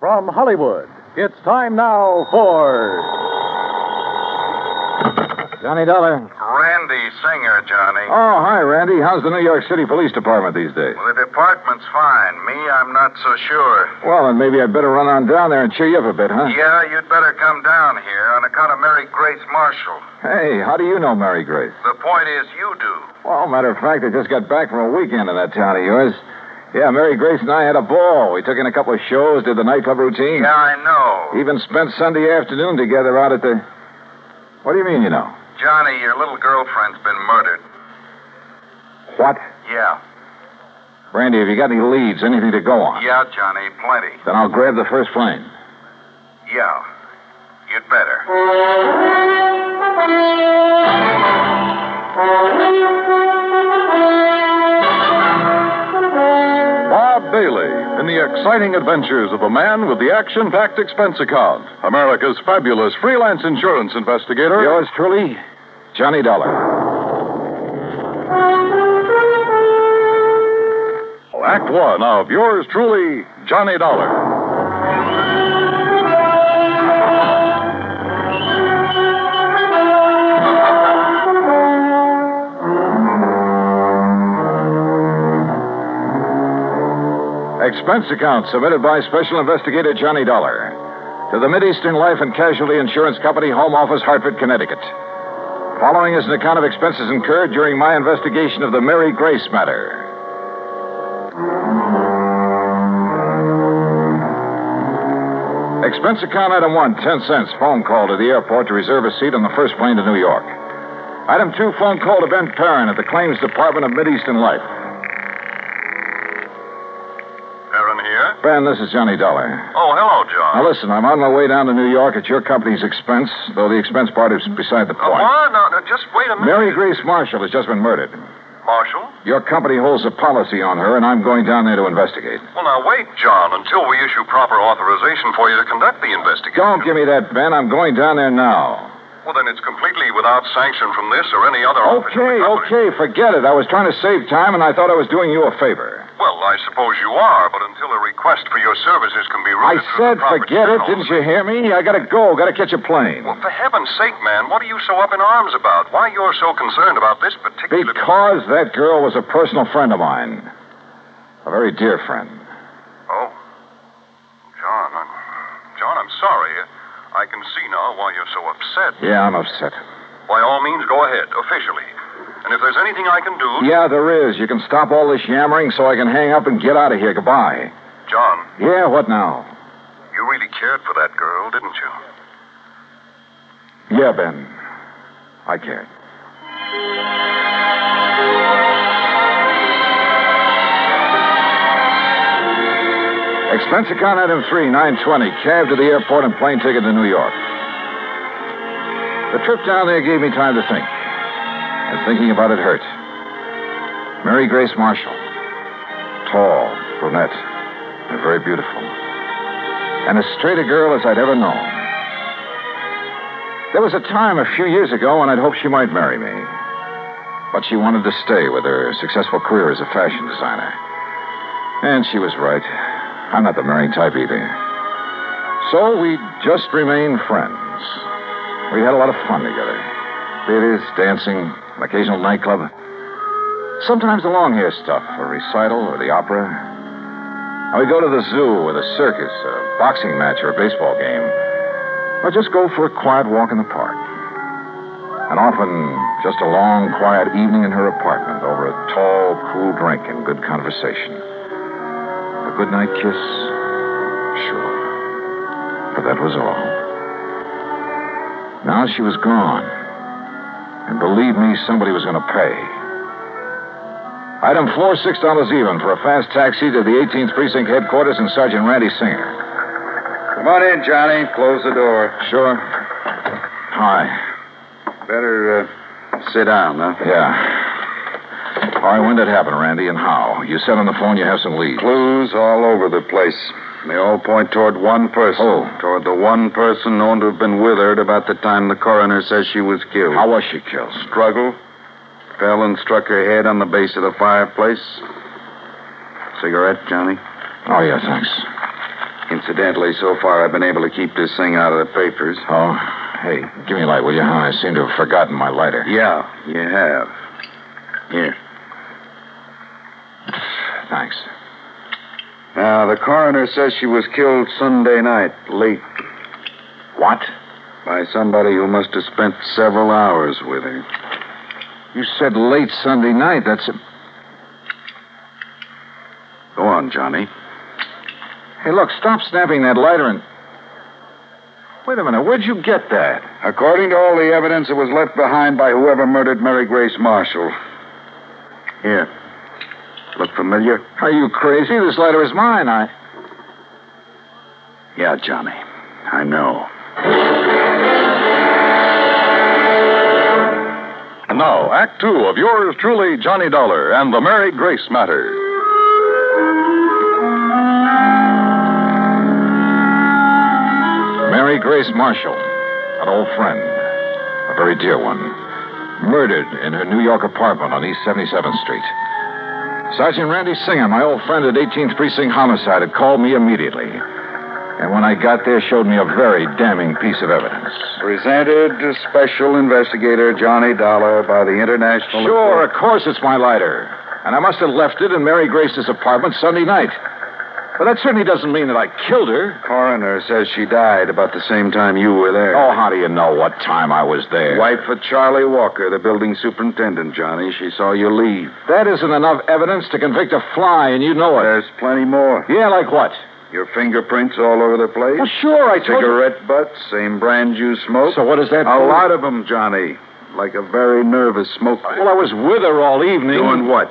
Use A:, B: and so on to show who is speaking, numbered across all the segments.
A: From Hollywood, it's time now for.
B: Johnny Dollar.
C: Randy Singer, Johnny.
B: Oh, hi, Randy. How's the New York City Police Department these days?
C: Well, the department's fine. Me, I'm not so sure.
B: Well, then maybe I'd better run on down there and cheer you up a bit, huh?
C: Yeah, you'd better come down here on account of Mary Grace Marshall.
B: Hey, how do you know Mary Grace?
C: The point is, you do.
B: Well, matter of fact, I just got back from a weekend in that town of yours. Yeah, Mary Grace and I had a ball. We took in a couple of shows, did the nightclub routine.
C: Yeah, I know.
B: Even spent Sunday afternoon together out at the. What do you mean, you know?
C: Johnny, your little girlfriend's been murdered.
B: What?
C: Yeah.
B: Randy, have you got any leads, anything to go on?
C: Yeah, Johnny, plenty.
B: Then I'll grab the first plane.
C: Yeah. You'd better.
A: Oh, Bob Bailey in the exciting adventures of a man with the action packed expense account. America's fabulous freelance insurance investigator.
B: Yours truly, Johnny Dollar.
A: Act one of yours truly, Johnny Dollar.
B: Expense account submitted by Special Investigator Johnny Dollar to the Mideastern Life and Casualty Insurance Company Home Office, Hartford, Connecticut. Following is an account of expenses incurred during my investigation of the Mary Grace matter. Expense account item one, 10 cents. Phone call to the airport to reserve a seat on the first plane to New York. Item two, phone call to Ben Perrin at the Claims Department of Mideastern Life.
C: Aaron here?
B: Ben, this is Johnny Dollar.
C: Oh, hello, John.
B: Now listen, I'm on my way down to New York at your company's expense, though the expense part is beside the
C: Uh,
B: point.
C: what? No, no, just wait a minute.
B: Mary Grace Marshall has just been murdered.
C: Marshall?
B: Your company holds a policy on her, and I'm going down there to investigate.
C: Well, now wait, John, until we issue proper authorization for you to conduct the investigation.
B: Don't give me that, Ben. I'm going down there now.
C: Well, then it's completely without sanction from this or any other office.
B: Okay, okay, forget it. I was trying to save time, and I thought I was doing you a favor.
C: Well, I suppose you are, but until a request for your services can be
B: I
C: routed through
B: said
C: the proper
B: forget it.
C: channels-
B: Didn't you hear me? I gotta go. Gotta catch a plane.
C: Well, for heaven's sake, man, what are you so up in arms about? Why you're so concerned about this particular...
B: Because that girl was a personal friend of mine. A very dear friend.
C: Oh. John, I'm... John, I'm sorry. I can see now why you're so upset.
B: Yeah, I'm upset.
C: By all means, go ahead, officially. And if there's anything I can do...
B: Yeah, there is. You can stop all this yammering so I can hang up and get out of here. Goodbye.
C: John,
B: Yeah, what now?
C: you really cared for that girl, didn't you?
B: Yeah, Ben. I can't. Expense account item three, 920, cab to the airport and plane ticket to New York. The trip down there gave me time to think. And thinking about it hurt. Mary Grace Marshall. Tall, brunette, and very beautiful. And as straight a girl as I'd ever known. There was a time a few years ago when I'd hoped she might marry me. But she wanted to stay with her successful career as a fashion designer. And she was right. I'm not the marrying type either. So we just remained friends. We had a lot of fun together theaters, dancing, an occasional nightclub. Sometimes the long hair stuff, a recital or the opera. And we'd go to the zoo or the circus, a boxing match or a baseball game. Or just go for a quiet walk in the park. And often, just a long, quiet evening in her apartment over a tall, cool drink and good conversation. A good night kiss? Sure. But that was all. Now she was gone. And believe me, somebody was going to pay. Item floor, $6 even for a fast taxi to the 18th Precinct headquarters and Sergeant Randy Singer.
D: Come on in, Johnny. Close the door.
B: Sure. Hi.
D: Better uh, sit down, huh?
B: Yeah. All right, when did it happen, Randy, and how? You said on the phone you have some leads.
D: Clues all over the place. They all point toward one person.
A: Oh.
B: Who?
D: Toward the one person known to have been with her at about the time the coroner says she was killed.
B: How was she killed?
D: Struggle. Fell and struck her head on the base of the fireplace. Cigarette, Johnny?
B: Oh, yeah, thanks.
D: Incidentally, so far I've been able to keep this thing out of the papers.
B: Oh, hey, give me a light, will you? I seem to have forgotten my lighter.
D: Yeah, you have. Here.
B: Thanks.
D: Now, the coroner says she was killed Sunday night, late,
B: What?
D: by somebody who must have spent several hours with her.
B: You said late Sunday night. That's.
D: Go on, Johnny.
B: Hey, look, stop snapping that lighter and. Wait a minute, where'd you get that?
D: According to all the evidence, it was left behind by whoever murdered Mary Grace Marshall. Here. Look familiar?
B: Are you crazy? This lighter is mine. I.
D: Yeah, Johnny. I know.
A: And now, Act Two of yours truly, Johnny Dollar and the Mary Grace Matter.
B: Mary Grace Marshall, an old friend, a very dear one, murdered in her New York apartment on East 77th Street. Sergeant Randy Singer, my old friend at 18th Precinct Homicide, had called me immediately. And when I got there, showed me a very damning piece of evidence.
D: Presented to Special Investigator Johnny Dollar by the International.
B: Sure, of course it's my lighter. And I must have left it in Mary Grace's apartment Sunday night. But that certainly doesn't mean that I killed her.
D: Coroner says she died about the same time you were there.
B: Oh, how do you know what time I was there?
D: Wife of Charlie Walker, the building superintendent, Johnny. She saw you leave.
B: That isn't enough evidence to convict a fly, and you know it.
D: There's plenty more.
B: Yeah, like what?
D: Your fingerprints all over the place.
B: Well, sure, I told you.
D: Cigarette butts, same brand you smoked.
B: So what does that
D: a
B: prove?
D: lot of them, Johnny. Like a very nervous smoker.
B: Well, I was with her all evening.
D: Doing what?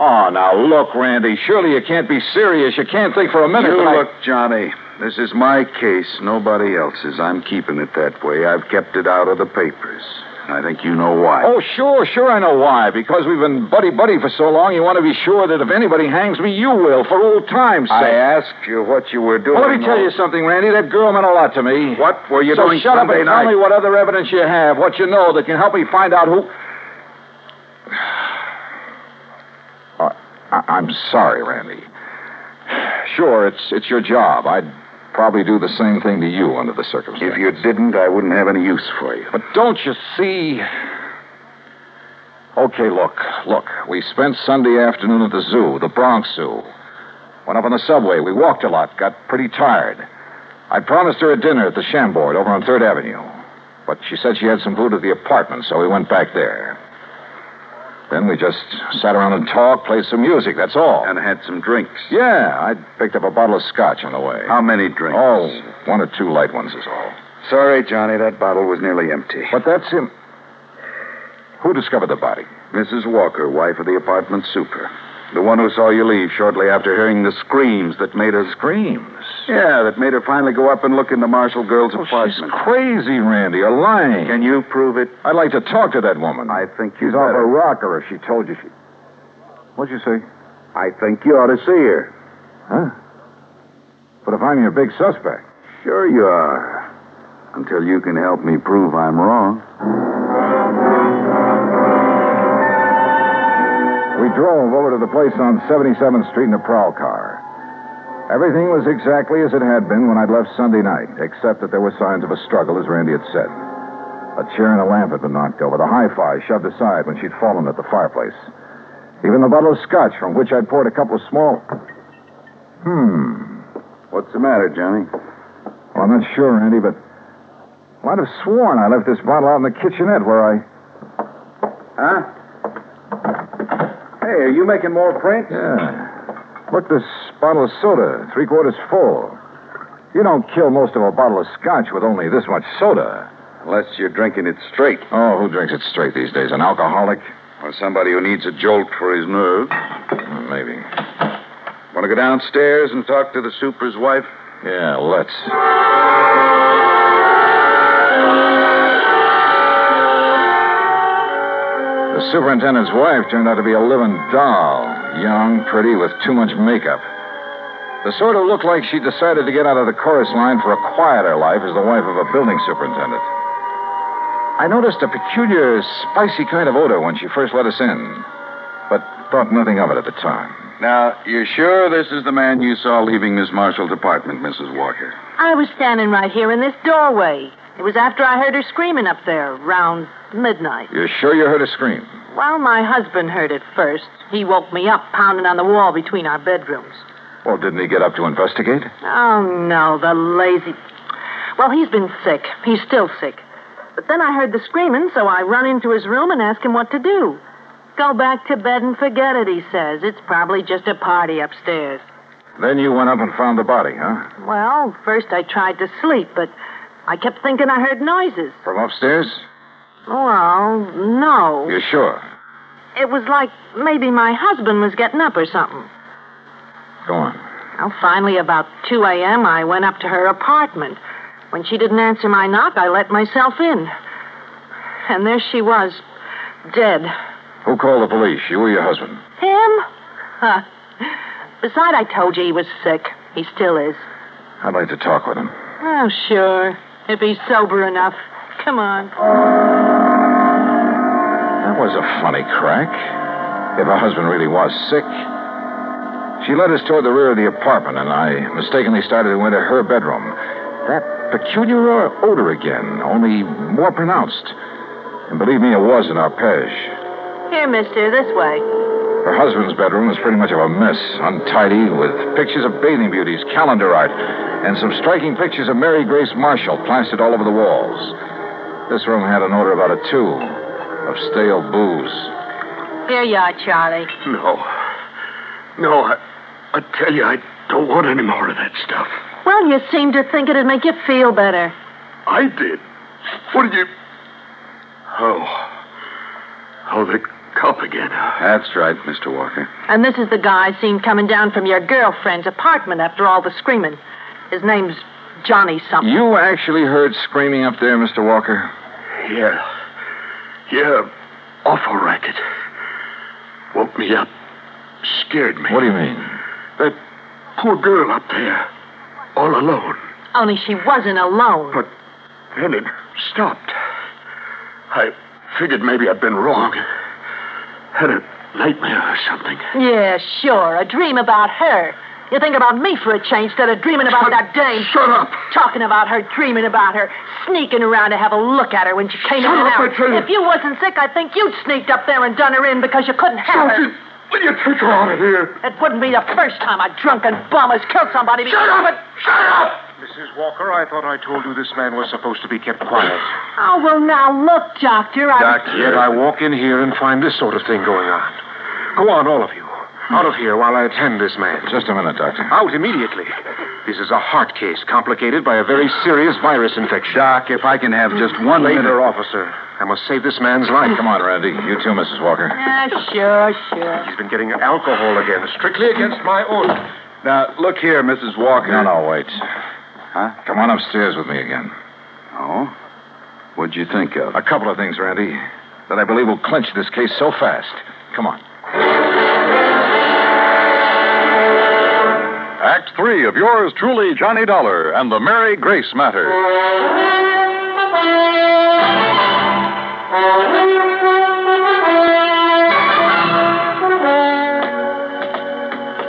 B: Oh, now look, Randy. Surely you can't be serious. You can't think for a minute.
D: you
B: that I-
D: look, Johnny. This is my case, nobody else's. I'm keeping it that way. I've kept it out of the papers. I think you know why.
B: Oh, sure, sure, I know why. Because we've been buddy buddy for so long, you want to be sure that if anybody hangs me, you will, for old time's sake.
D: I asked you what you were doing.
B: well, let me tell you something, Randy. That girl meant a lot to me.
D: What were you
B: so
D: doing
B: shut up and
D: Sunday night?
B: tell me what other evidence you have, what you know that can help me find out who. Uh, I- I'm sorry, Randy. Sure, it's it's your job. I'd probably do the same thing to you under the circumstances.
D: If you didn't, I wouldn't have any use for you.
B: But don't you see? Okay, look, look. We spent Sunday afternoon at the zoo, the Bronx Zoo. Went up on the subway. We walked a lot, got pretty tired. I promised her a dinner at the Shamboard over on 3rd Avenue. But she said she had some food at the apartment, so we went back there. Then we just sat around and talked, played some music, that's all.
D: And had some drinks.
B: yeah, I picked up a bottle of scotch on the way.
D: How many drinks?
B: Oh, one or two light ones is all.
D: Sorry, Johnny, that bottle was nearly empty.
B: But that's him. Who discovered the body?
D: Mrs. Walker, wife of the apartment super. The one who saw you leave shortly after hearing the screams that made her.
B: Screams.
D: Yeah, that made her finally go up and look in the Marshall girl's
B: Oh, she's
D: apartment.
B: crazy, Randy. You're lying.
D: Can you prove it?
B: I'd like to talk to that woman.
D: I think you
B: She's off
D: better.
B: her rocker if she told you she. What'd you say?
D: I think you ought to see her.
B: Huh? But if I'm your big suspect.
D: Sure you are. Until you can help me prove I'm wrong.
B: We drove over to the place on 77th Street in a prowl car. Everything was exactly as it had been when I'd left Sunday night, except that there were signs of a struggle, as Randy had said. A chair and a lamp had been knocked over, the hi-fi shoved aside when she'd fallen at the fireplace. Even the bottle of scotch from which I'd poured a couple of small. Hmm.
D: What's the matter, Johnny?
B: Well, I'm not sure, Randy, but well, I'd have sworn I left this bottle out in the kitchenette where I.
D: Huh? Hey, are you making more prints?
B: Yeah. Look, this bottle of soda, three quarters full. You don't kill most of a bottle of scotch with only this much soda.
D: Unless you're drinking it straight.
B: Oh, who drinks it straight these days? An alcoholic?
D: Or somebody who needs a jolt for his nerves.
B: Mm, Maybe.
D: Want to go downstairs and talk to the super's wife?
B: Yeah, let's. The superintendent's wife turned out to be a living doll. Young, pretty, with too much makeup. The sort who looked like she decided to get out of the chorus line for a quieter life as the wife of a building superintendent. I noticed a peculiar, spicy kind of odor when she first let us in, but thought nothing of it at the time.
D: Now, you're sure this is the man you saw leaving Miss Marshall's apartment, Mrs. Walker?
E: I was standing right here in this doorway. It was after I heard her screaming up there around midnight.
B: You're sure you heard a scream?
E: Well, my husband heard it first. He woke me up, pounding on the wall between our bedrooms.
B: Well, didn't he get up to investigate?
E: Oh, no, the lazy. Well, he's been sick. He's still sick. But then I heard the screaming, so I run into his room and ask him what to do. Go back to bed and forget it, he says. It's probably just a party upstairs.
B: Then you went up and found the body, huh?
E: Well, first I tried to sleep, but I kept thinking I heard noises.
B: From upstairs?
E: Well, no.
B: You're sure?
E: It was like maybe my husband was getting up or something.
B: Go on.
E: Well, finally, about 2 a.m., I went up to her apartment. When she didn't answer my knock, I let myself in. And there she was, dead.
B: Who called the police? You or your husband?
E: Him? Huh. Beside, I told you he was sick. He still is.
B: I'd like to talk with him.
E: Oh, sure. If he's sober enough. Come on.
B: That was a funny crack. If her husband really was sick. She led us toward the rear of the apartment, and I mistakenly started to enter her bedroom. That peculiar odor again, only more pronounced. And believe me, it was an arpege.
E: Here, mister, this way.
B: Her husband's bedroom was pretty much of a mess, untidy, with pictures of bathing beauties, calendar art, and some striking pictures of Mary Grace Marshall plastered all over the walls. This room had an odor about a two of stale booze.
E: Here you are, Charlie.
F: No. No, I, I tell you, I don't want any more of that stuff.
E: Well, you seem to think it'd make you feel better.
F: I did. What did you. Oh. Oh, the cup again.
D: That's right, Mr. Walker.
E: And this is the guy seen coming down from your girlfriend's apartment after all the screaming. His name's Johnny something.
B: You actually heard screaming up there, Mr. Walker?
F: Yeah. Yeah, awful racket. Woke me up. Scared me.
B: What do you mean?
F: That poor girl up there, all alone.
E: Only she wasn't alone.
F: But then it stopped. I figured maybe I'd been wrong. Had a nightmare or something.
E: Yeah, sure. A dream about her. You think about me for a change instead of dreaming about that dame.
F: Shut up!
E: Talking about her, dreaming about her, sneaking around to have a look at her when she came
F: Shut
E: in and
F: up,
E: out.
F: I tell you.
E: If you wasn't sick, I think you'd sneaked up there and done her in because you couldn't have her.
F: Sergeant, will you take her out of here?
E: It wouldn't be the first time a drunken bum has killed somebody. because-
F: Shut up! Shut up!
G: Mrs. Walker, I thought I told you this man was supposed to be kept quiet.
E: Oh, well, now look, Doctor. I...
G: Yet I walk in here and find this sort of thing going on. Go on, all of you. Out of here while I attend this man.
B: Just a minute, Doctor.
G: Out immediately. This is a heart case complicated by a very serious virus infection.
D: Doc, if I can have just one
G: Later,
D: minute.
G: officer. I must save this man's life.
B: Come on, Randy. You too, Mrs. Walker.
E: Yeah, sure, sure.
G: He's been getting alcohol again, strictly against my order.
D: Now, look here, Mrs. Walker.
B: No, no, wait.
D: Huh?
B: Come on upstairs with me again.
D: Oh? What'd you think of?
B: A couple of things, Randy, that I believe will clinch this case so fast. Come on.
A: Act three of yours truly, Johnny Dollar and the Mary Grace Matter.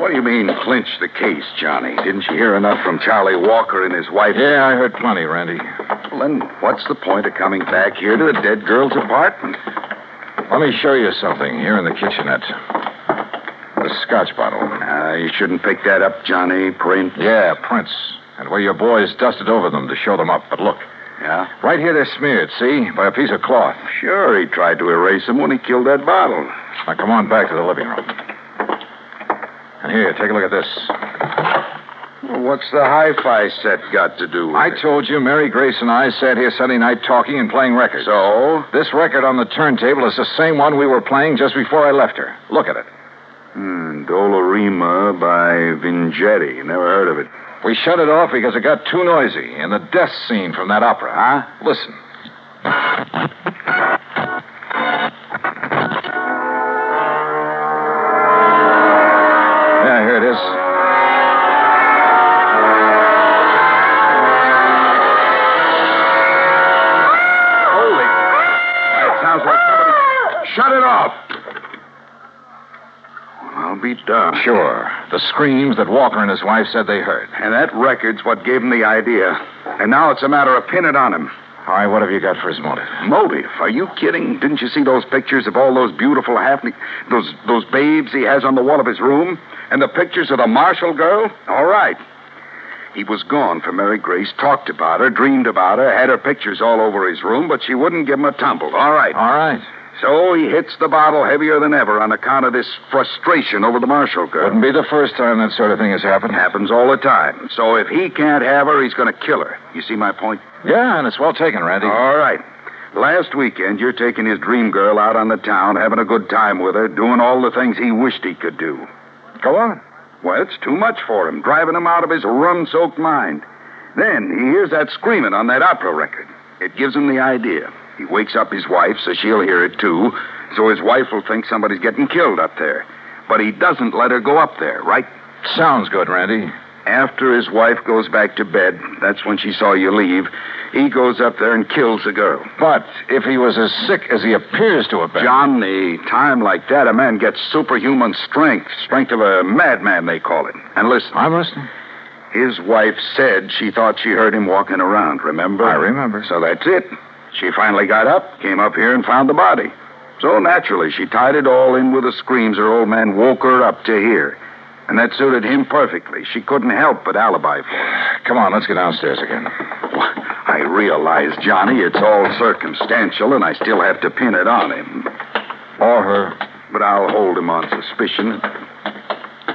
D: What do you mean, clinch the case, Johnny? Didn't you hear enough from Charlie Walker and his wife?
B: Yeah, I heard plenty, Randy.
D: Well, Then what's the point of coming back here to the dead girl's apartment?
B: Let me show you something here in the kitchenette. The scotch bottle.
D: Uh, you shouldn't pick that up, Johnny. Print.
B: Yeah, prints. And where your boys dusted over them to show them up. But look,
D: Yeah?
B: right here they're smeared, see? By a piece of cloth.
D: Sure, he tried to erase him when he killed that bottle.
B: Now, come on back to the living room. And here, take a look at this.
D: what's the hi-fi set got to do with
B: I
D: it?
B: told you Mary Grace and I sat here Sunday night talking and playing records.
D: So?
B: This record on the turntable is the same one we were playing just before I left her. Look at it.
D: Hmm, Dolorima by Vingetti. Never heard of it.
B: We shut it off because it got too noisy in the death scene from that opera. Huh? Listen. Yeah, here it is.
D: Holy... It sounds like somebody... Shut it off! Well, I'll
F: beat down.
B: Sure. The screams that Walker and his wife said they heard.
F: And that record's what gave him the idea. And now it's a matter of pinning it on him.
B: All right, what have you got for his motive?
F: Motive? Are you kidding? Didn't you see those pictures of all those beautiful half those those babes he has on the wall of his room, and the pictures of the Marshall girl? All right. He was gone for Mary Grace, talked about her, dreamed about her, had her pictures all over his room, but she wouldn't give him a tumble. All right.
B: All right.
F: So he hits the bottle heavier than ever on account of this frustration over the Marshall girl.
B: Wouldn't be the first time that sort of thing has happened.
F: Happens all the time. So if he can't have her, he's going to kill her. You see my point?
B: Yeah, and it's well taken, Randy.
F: All right. Last weekend, you're taking his dream girl out on the town, having a good time with her, doing all the things he wished he could do.
B: Go on.
F: Well, it's too much for him, driving him out of his rum soaked mind. Then he hears that screaming on that opera record. It gives him the idea. He wakes up his wife, so she'll hear it too. So his wife will think somebody's getting killed up there. But he doesn't let her go up there, right?
B: Sounds good, Randy.
F: After his wife goes back to bed, that's when she saw you leave, he goes up there and kills the girl.
B: But if he was as sick as he appears to have been.
F: Johnny, time like that, a man gets superhuman strength. Strength of a madman, they call it. And listen.
B: I'm listening.
F: His wife said she thought she heard him walking around, remember?
B: I remember.
F: So that's it. She finally got up, came up here, and found the body. So naturally, she tied it all in with the screams her old man woke her up to hear. And that suited him perfectly. She couldn't help but alibi for it.
B: Come on, let's get downstairs again.
F: I realize, Johnny, it's all circumstantial, and I still have to pin it on him.
B: Or her.
F: But I'll hold him on suspicion.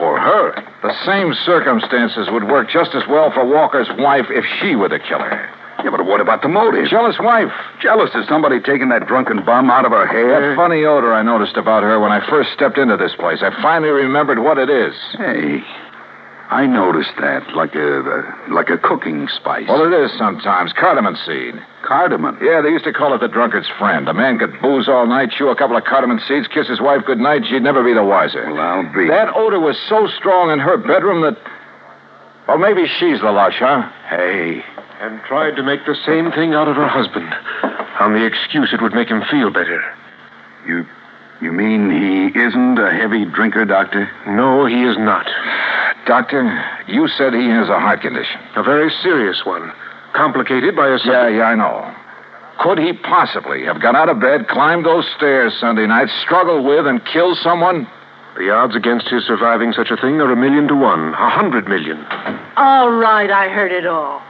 F: Or her.
B: The same circumstances would work just as well for Walker's wife if she were the killer.
F: Yeah, but what about the motive?
B: Jealous wife.
F: Jealous of somebody taking that drunken bum out of her hair?
B: That funny odor I noticed about her when I first stepped into this place. I finally remembered what it is.
F: Hey, I noticed that, like a uh, like a cooking spice.
B: Well, it is sometimes cardamom seed.
F: Cardamom.
B: Yeah, they used to call it the drunkard's friend. A man could booze all night, chew a couple of cardamom seeds, kiss his wife good night. She'd never be the wiser.
F: Well, I'll be.
B: That odor was so strong in her bedroom that. Well, maybe she's the lush, huh?
F: Hey,
H: and tried to make the same thing out of her husband on the excuse it would make him feel better.
F: You you mean he isn't a heavy drinker, doctor?
H: No, he is not.
B: Doctor, you said he has a heart condition.
H: A very serious one, complicated by a
B: Yeah, yeah, I know. Could he possibly have got out of bed, climbed those stairs Sunday night, struggled with and killed someone?
H: The odds against his surviving such a thing are a million to one, a hundred million.
E: All right, I heard it all.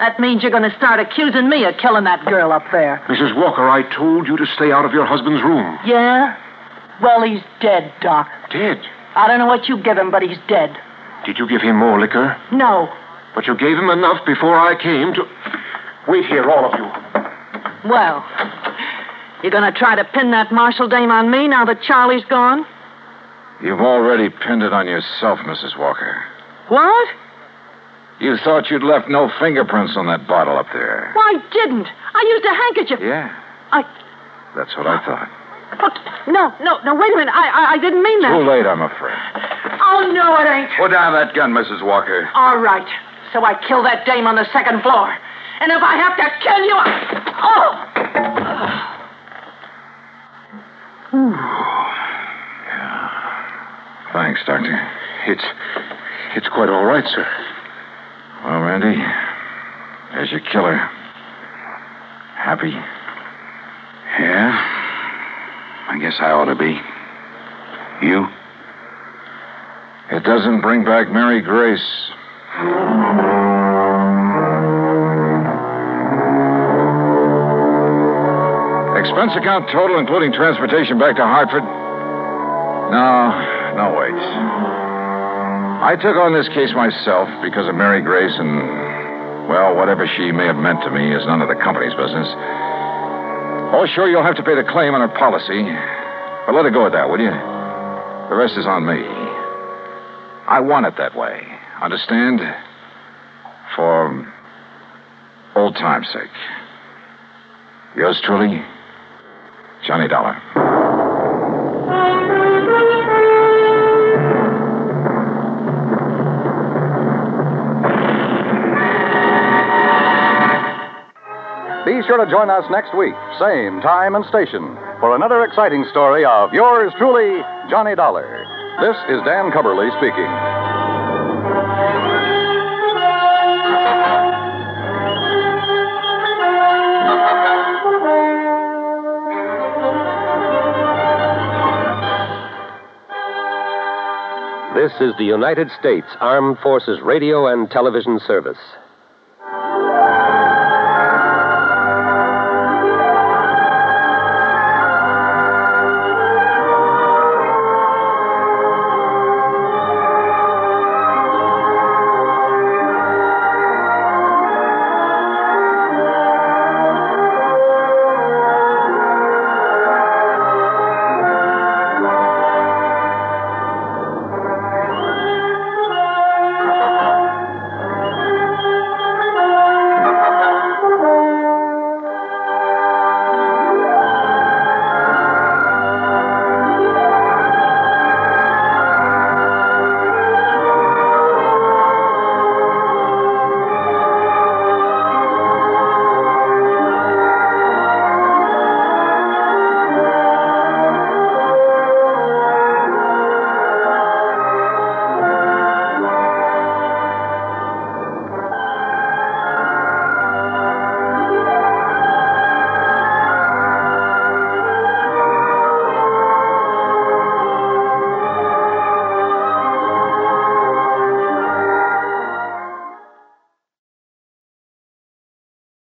E: That means you're going to start accusing me of killing that girl up there.
H: Mrs. Walker, I told you to stay out of your husband's room.
E: Yeah? Well, he's dead, Doc.
H: Dead?
E: I don't know what you give him, but he's dead.
H: Did you give him more liquor?
E: No.
H: But you gave him enough before I came to. Wait here, all of you.
E: Well, you're going to try to pin that Marshall dame on me now that Charlie's gone?
B: You've already pinned it on yourself, Mrs. Walker.
E: What?
B: You thought you'd left no fingerprints on that bottle up there.
E: Why didn't? I used a handkerchief.
B: Yeah.
E: I.
B: That's what I thought.
E: Look, no, no, no, wait a minute. I, I, I didn't mean that.
B: Too late, I'm afraid.
E: Oh, no, it ain't.
B: Put down that gun, Mrs. Walker.
E: All right. So I kill that dame on the second floor. And if I have to kill you, I. Oh!
B: Hmm. Thanks, Doctor.
H: It's. It's quite all right, sir.
B: Well, Randy, there's your killer. Happy?
F: Yeah. I guess I ought to be. You?
B: It doesn't bring back Mary Grace. Expense account total, including transportation back to Hartford? No, no, wait. I took on this case myself because of Mary Grace and, well, whatever she may have meant to me is none of the company's business. Oh, sure, you'll have to pay the claim on her policy. But let it go at that, will you? The rest is on me. I want it that way. Understand? For old time's sake. Yours truly, Johnny Dollar.
I: Be sure to join us next week, same time and station, for another exciting story of yours truly, Johnny Dollar.
B: This is Dan Cumberly speaking.
J: This is the United States Armed Forces Radio and Television Service.